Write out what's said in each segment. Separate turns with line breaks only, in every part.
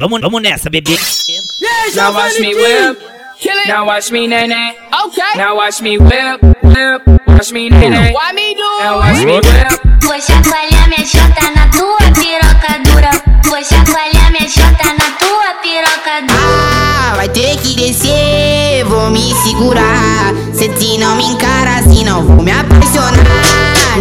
Vamos, vamos nessa, bebê.
Now watch me whip.
Kill it.
Now watch me nay nay.
Okay.
Now watch me whip whip. Watch me nay nay.
Why me do
Now
it?
watch me whip.
Vou chacoalhar minha chota na tua piroca dura. Vou chacoalhar minha chota na tua piroca dura.
Ah, vai ter que descer, vou me segurar. Cê se não me encara, se não vou me apaixonar.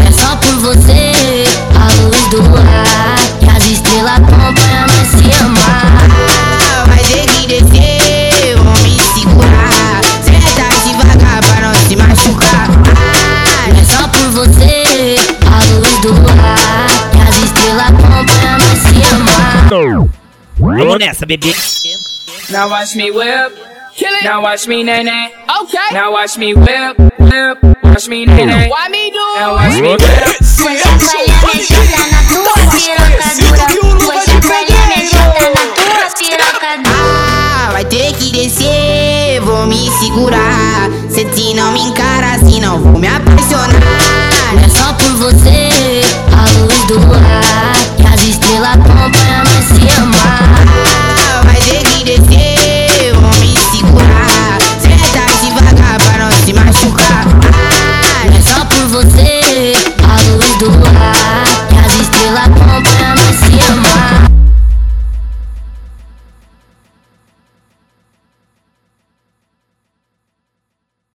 É só por você, a luz do luar. E as estrelas acompanham nós se amar.
Ah, vai ter que descer, vou me segurar. Senta devagar pra não se machucar. Ah,
É só por você, a luz do luar. E as estrelas acompanham nós se amar.
Vamos nessa, bebê.
Now watch me whip.
Kill it.
Now watch me nay nay.
Okay.
Now watch me whip whip. Watch me nay nay.
Why me do
Now
it?
watch me whip.
Vou chacoalhar minha chota na tua piroca dura. Vou chacoalhar minha chota na tua piroca dura.
ah, vai ter que descer, assim vou me segurar. Cê se não me encara, se não vou me apaixonar. Ah, é